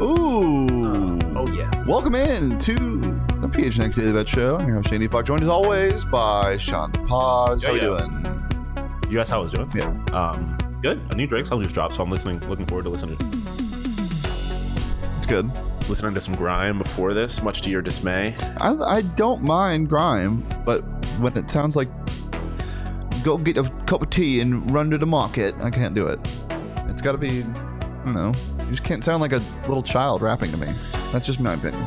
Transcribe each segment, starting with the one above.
Ooh. Oh yeah. Welcome in to the PHNX Daily Bet Show. I'm your host, Shane Fox, joined as always by Sean DePaz. How Yeah, you yeah. doing? You guys, how I was doing? Yeah. Um, good. A new Drake song just dropped, so I'm listening. Looking forward to listening. It's good. Listening to some grime before this, much to your dismay. I, I don't mind grime, but when it sounds like go get a cup of tea and run to the market, I can't do it. It's got to be, I don't know. You just can't sound like a little child rapping to me. That's just my opinion.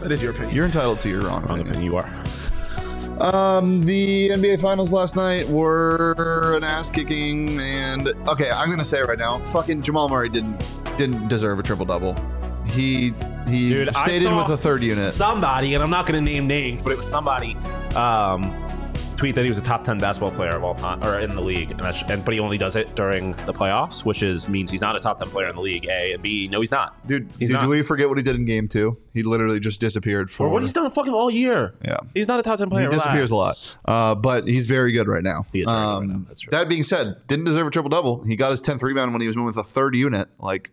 That is your opinion. You're entitled to your wrong Wrong opinion. opinion. You are. Um, the NBA Finals last night were an ass kicking, and okay, I'm gonna say it right now. Fucking Jamal Murray didn't didn't deserve a triple double. He he Dude, I stayed in saw with a third unit. Somebody, and I'm not going to name names, but it was somebody. Um, tweet that he was a top 10 basketball player of all time or in the league and that's and but he only does it during the playoffs which is means he's not a top 10 player in the league a and b no he's not Dude, He's did not. we forget what he did in game two? He literally just disappeared for or what he's done fucking all year Yeah. he's not a top 10 player He disappears a relax. lot, uh, but he's very good right now. Um, He is very good right now, that's true. That being said, didn't deserve a triple double. He got his 10th rebound when he was in with a third unit. Like,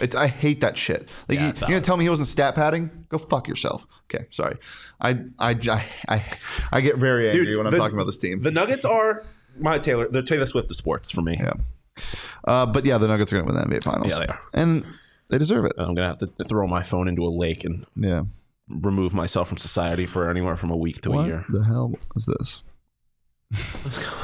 it's, I hate that shit. Like, Yeah, you, it's you're gonna tell me he wasn't stat padding? Go fuck yourself. Okay, sorry. I I I I, I get very angry Dude, when I'm the- talking about this team. the nuggets are my taylor they're taylor swift of sports for me yeah. Uh, but yeah, the Nuggets are gonna win the NBA Finals. Yeah, they are. and they deserve it. I'm gonna have to throw my phone into a lake and Yeah. remove myself from society for anywhere from a week to What a year. the hell is this?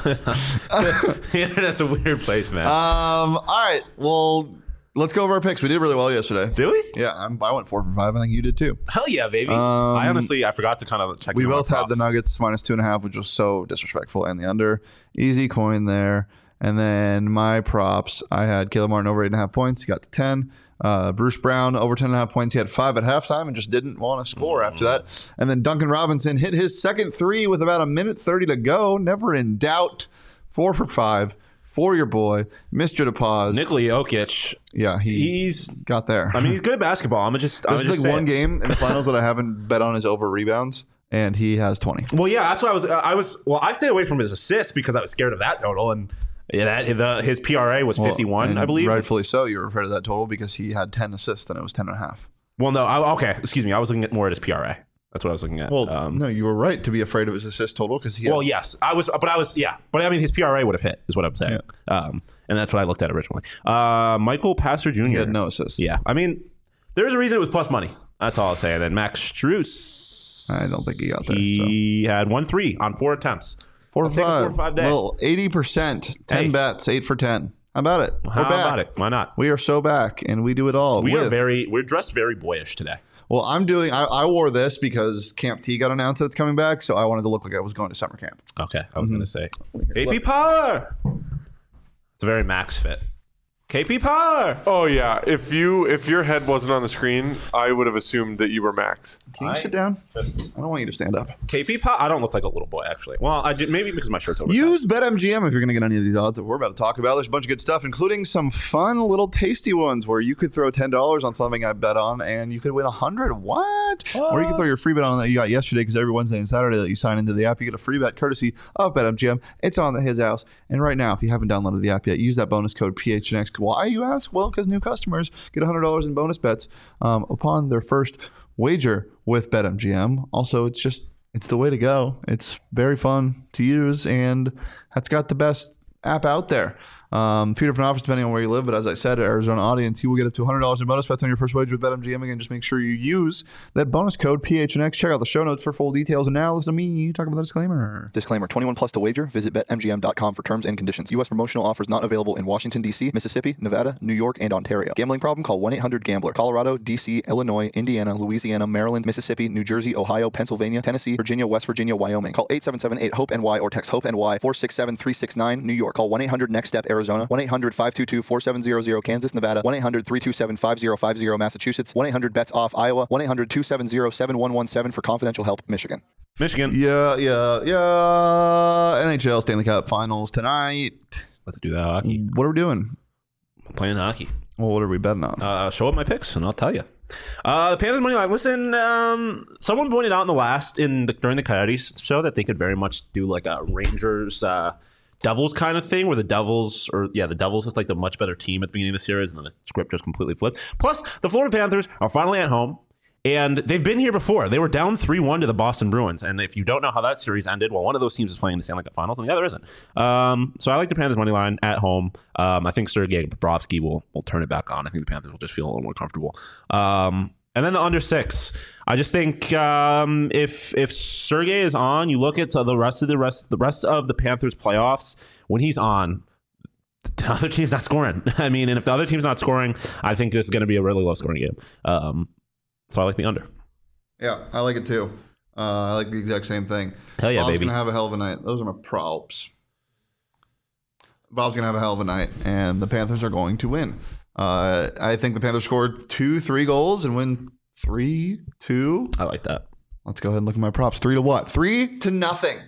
the internet's a weird place, man. Um. All right. Well, let's go over our picks. We did really well yesterday. Do we? Yeah, I'm, I went four for five. I think you did too. Hell yeah, baby! Um, I honestly I forgot to kind of check. We in on both had the props. Nuggets minus two and a half, which was so disrespectful, and the under. Easy coin there. And then my props, I had Caleb Martin over eight and a half points. He got to 10. Uh, Bruce Brown over 10 and a half points. He had five at halftime and just didn't want to score after Mm. that. And then Duncan Robinson hit his second three with about a minute 30 to go. Never in doubt. Four for five for your boy, Mr. DePaz. Nikola Jokic. yeah, he, He's got there. I mean he's good at basketball. I'm just I'm This is just like say one it. game in the finals that I haven't bet on is over rebounds, and he has 20. Well, yeah, that's what I was. I was well. I stayed away from his assists because I was scared of that total and. Yeah, that the, his PRA was 51, and I believe. Rightfully so. You were afraid of that total because he had 10 assists and it was 10 and a half. Well, no, I, okay, excuse me. I was looking at more at his PRA. That's what I was looking at. uh, Well, no, you were right to be afraid of his assist total because he. Well, yes, I was, but I was, yeah, but I mean, his PRA would have hit, is what I'm saying. Um, and that's what I looked at originally. Uh, Michael Pastor Jr. he had no assists. Yeah, I mean, there's a reason it was plus money. That's all I'll say. And then Max Struess. I don't think he got there, He had one three on four attempts. Four or I'll take a five. four or five day. Well, 80%, 10 Hey. bets, eight for 10. How about it? How we're back. about it? Why not? We are so back and we do it all. We are with- very, we're dressed very boyish today. well, I'm doing, I, I wore this because Camp T got announced that it's coming back. So I wanted to look like I was going to summer camp. Okay, I was gonna say KP Mm-hmm. look. Par. It's a very Max fit. KP Par. Oh yeah, if you if your head wasn't on the screen, I would have assumed that you were Max. Can you I- sit down? Just I don't want you to stand up. KP Par. I don't look like a little boy actually. Well, I did maybe because my shirt's over. Use BetMGM if you're going to get any of these odds that we're about to talk about. There's a bunch of good stuff, including some fun little tasty ones where you could throw $10 on something I bet on and you could win 100 What? Or you can throw your free bet on that you got yesterday because every Wednesday and Saturday that you sign into the app, you get a free bet courtesy of BetMGM. It's on the his house. And right now, if you haven't downloaded the app yet, use that bonus code PHNX. Why, you ask? Well, because new customers get $100 in bonus bets um, upon their first wager with BetMGM. Also, it's just it's the way to go. It's very fun to use, and that's got the best app out there. Um, few different offers depending on where you live, but as I said, Arizona audience, you will get up to $100 in bonus bets on your first wager with BetMGM. Again, just make sure you use that bonus code PHNX. Check out the show notes for full details. And now, listen to me talk about the disclaimer. Disclaimer 21 plus to wager. Visit betmgm.com for terms and conditions. U.S. promotional offers not available in Washington, D.C., Mississippi, Nevada, New York, and Ontario. Gambling problem? Call 1 800 Gambler. Colorado, D.C., Illinois, Indiana, Louisiana, Maryland, Mississippi, New Jersey, Ohio, Pennsylvania, Tennessee, Virginia, West Virginia, Wyoming. Call 877 8 HOPE NY E or text HOPE NY 467 369 New York. Call 1 800 NEXT STEP Arizona, 1 800 522 4700 Kansas, Nevada, 1 800 327 5050 Massachusetts, 1 800 BETS OFF Iowa, 1 800 270 7117 for confidential help, Michigan. Michigan. Yeah, yeah, yeah. NHL Stanley Cup Finals tonight. Let's do that hockey. What are we doing? Playing hockey. Well, what are we betting on? Uh, show up my picks and I'll tell you. Uh, the Panthers money line. Listen, um, someone pointed out in the last in the, during the Coyotes show that they could very much do like a Rangers uh, Devils kind of thing, where the Devils or yeah, the Devils looked like the much better team at the beginning of the series, and then the script just completely flipped. Plus, the Florida Panthers are finally at home. And they've been here before. They were down 3 1 to the Boston Bruins. And if you don't know how that series ended, well, one of those teams is playing the Stanley Cup Finals and the other isn't. Um, so I like the Panthers' money line at home. Um, I think Sergei Bobrovsky will, will turn it back on. I think the Panthers will just feel a little more comfortable. Um, and then the under six. I just think um, if if Sergei is on, you look at the rest of the rest the rest of the Panthers playoffs. When he's on, the other team's not scoring. I mean, and if the other team's not scoring, I think this is going to be a really low scoring game. Um, so I like the under. Yeah, I like it too. Uh, I like the exact same thing. Hell Oh, yeah, Bob's baby. gonna have a hell of a night. Those are my props. Bob's gonna have a hell of a night, and the Panthers are going to win. Uh, I think the Panthers scored two, three goals and win three, two. I like that. Let's go ahead and look at my props. Three to what? Three to nothing.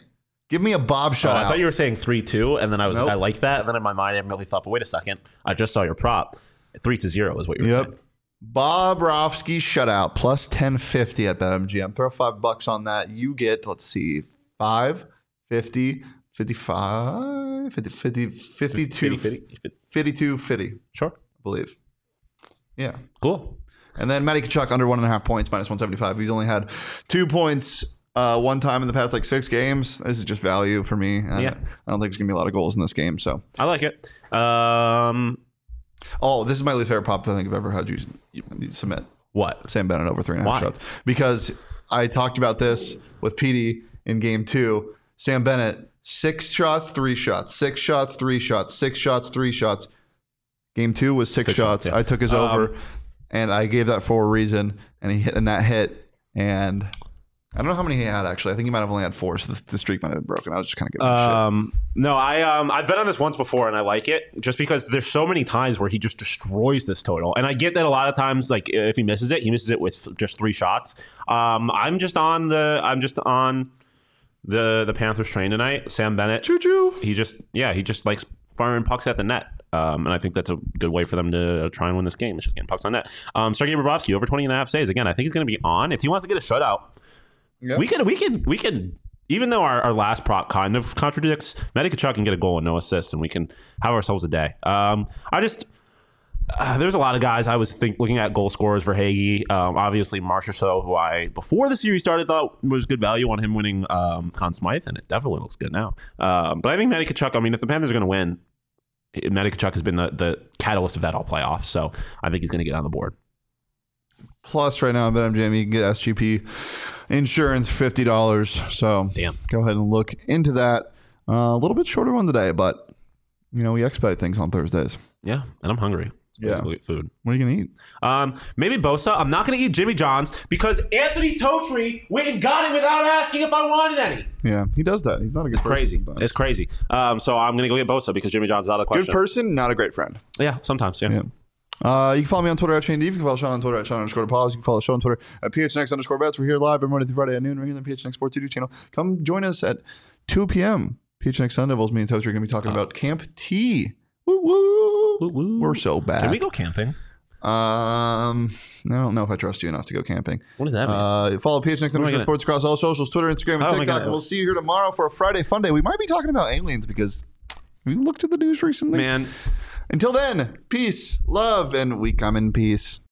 Give me a Bob Oh, shot. I thought you were saying three two, and then I was Nope. I like that, and then in my mind I immediately thought, but wait a second, I just saw your prop. Three to zero is what you're Yep. saying. Bob Rofsky shutout plus 1050 at the MGM. Throw five bucks on that. You get, let's see, five, 50, 55, 50, 50, 52, 50, 50. 52, 50, I Sure. believe. Yeah. Cool. And then Matty Kachuk under one and a half points, minus 175. He's only had two points uh, one time in the past like six games. This is just value for me. I, Yeah. don't, I don't think there's going to be a lot of goals in this game. So, I like it. Um, oh, this is my least favorite pop I think I've ever had you, you submit. what? Sam Bennett over three and a half Why? shots because I talked about this with PD in game two. Sam Bennett, six shots, three shots, six shots, three shots, six shots, three shots. Game two was six, Six shots. shots, yeah. I took his Um, over, and I gave that for a reason. And he hit, and that hit, and I don't know how many he had actually. I think he might have only had four, so the, the streak might have been broken. I was just kind of giving a shit. Um, no, I um, I've been on this once before, and I like it just because there's so many times where he just destroys this total, and I get that a lot of times, like if he misses it, he misses it with just three shots. Um, I'm just on the I'm just on the the Panthers train tonight. Sam Bennett. Choo choo. he just yeah he just likes firing pucks at the net um, and I think that's a good way for them to try and win this game. It's just getting pucks on net. Um, Sergei Bobrovsky over 20 and a half saves. Again, I think he's going to be on. If he wants to get a shutout, Yeah. we could, we could, we could, even though our, our last prop kind of contradicts, Matty Kachuk can get a goal and no assists, and we can have ourselves a day. Um, I just, uh, there's a lot of guys I was think, looking at goal scorers for Hagee. Um, obviously, Marsh so, who I, before the series started, thought was good value on him winning um, Conn Smythe, and it definitely looks good now. Um, but I think Matty Kachuk, I mean, if the Panthers are going to win, Matty Kachuk has been the, the catalyst of that all playoff, so I think he's going to get on the board. Plus, right now, but MGM, you can get SGP insurance fifty dollars. So Damn. go ahead and look into that. Uh, a little bit shorter one today, but you know we expedite things on Thursdays. Yeah, and I'm hungry. So Yeah. we'll get food. What are you gonna eat? Um, maybe Bosa. I'm not going to eat Jimmy John's because Anthony Totri went and got it without asking if I wanted any. Yeah, he does that. He's not a good person. Crazy. but- It's crazy. Um, so I'm going to go get Bosa because Jimmy John's out of the question. Good person, not a great friend. yeah, sometimes. Yeah. Yeah. Uh, you can follow me on Twitter at Shane D. You can follow Sean on Twitter at Sean underscore DePaul's. You can follow the show on Twitter at PHNX underscore bets. We're here live every Monday through Friday at noon right here on the PHNX Sports YouTube channel. Come join us at 2 p.m. PHNX Sun Devils. Me and Toaster are going to be talking about Camp T. Woo woo. Woo, woo. We're so bad. Can we go camping? Um, I don't know if I trust you enough to go camping. What does that mean? Uh, follow PHNX am I underscore gonna- sports across all socials, Twitter, Instagram, and How am I TikTok. gonna- and we'll see you here tomorrow for a Friday fun day. We might be talking about aliens because we looked at the news recently. Man, Until then, peace, love, and we come in peace.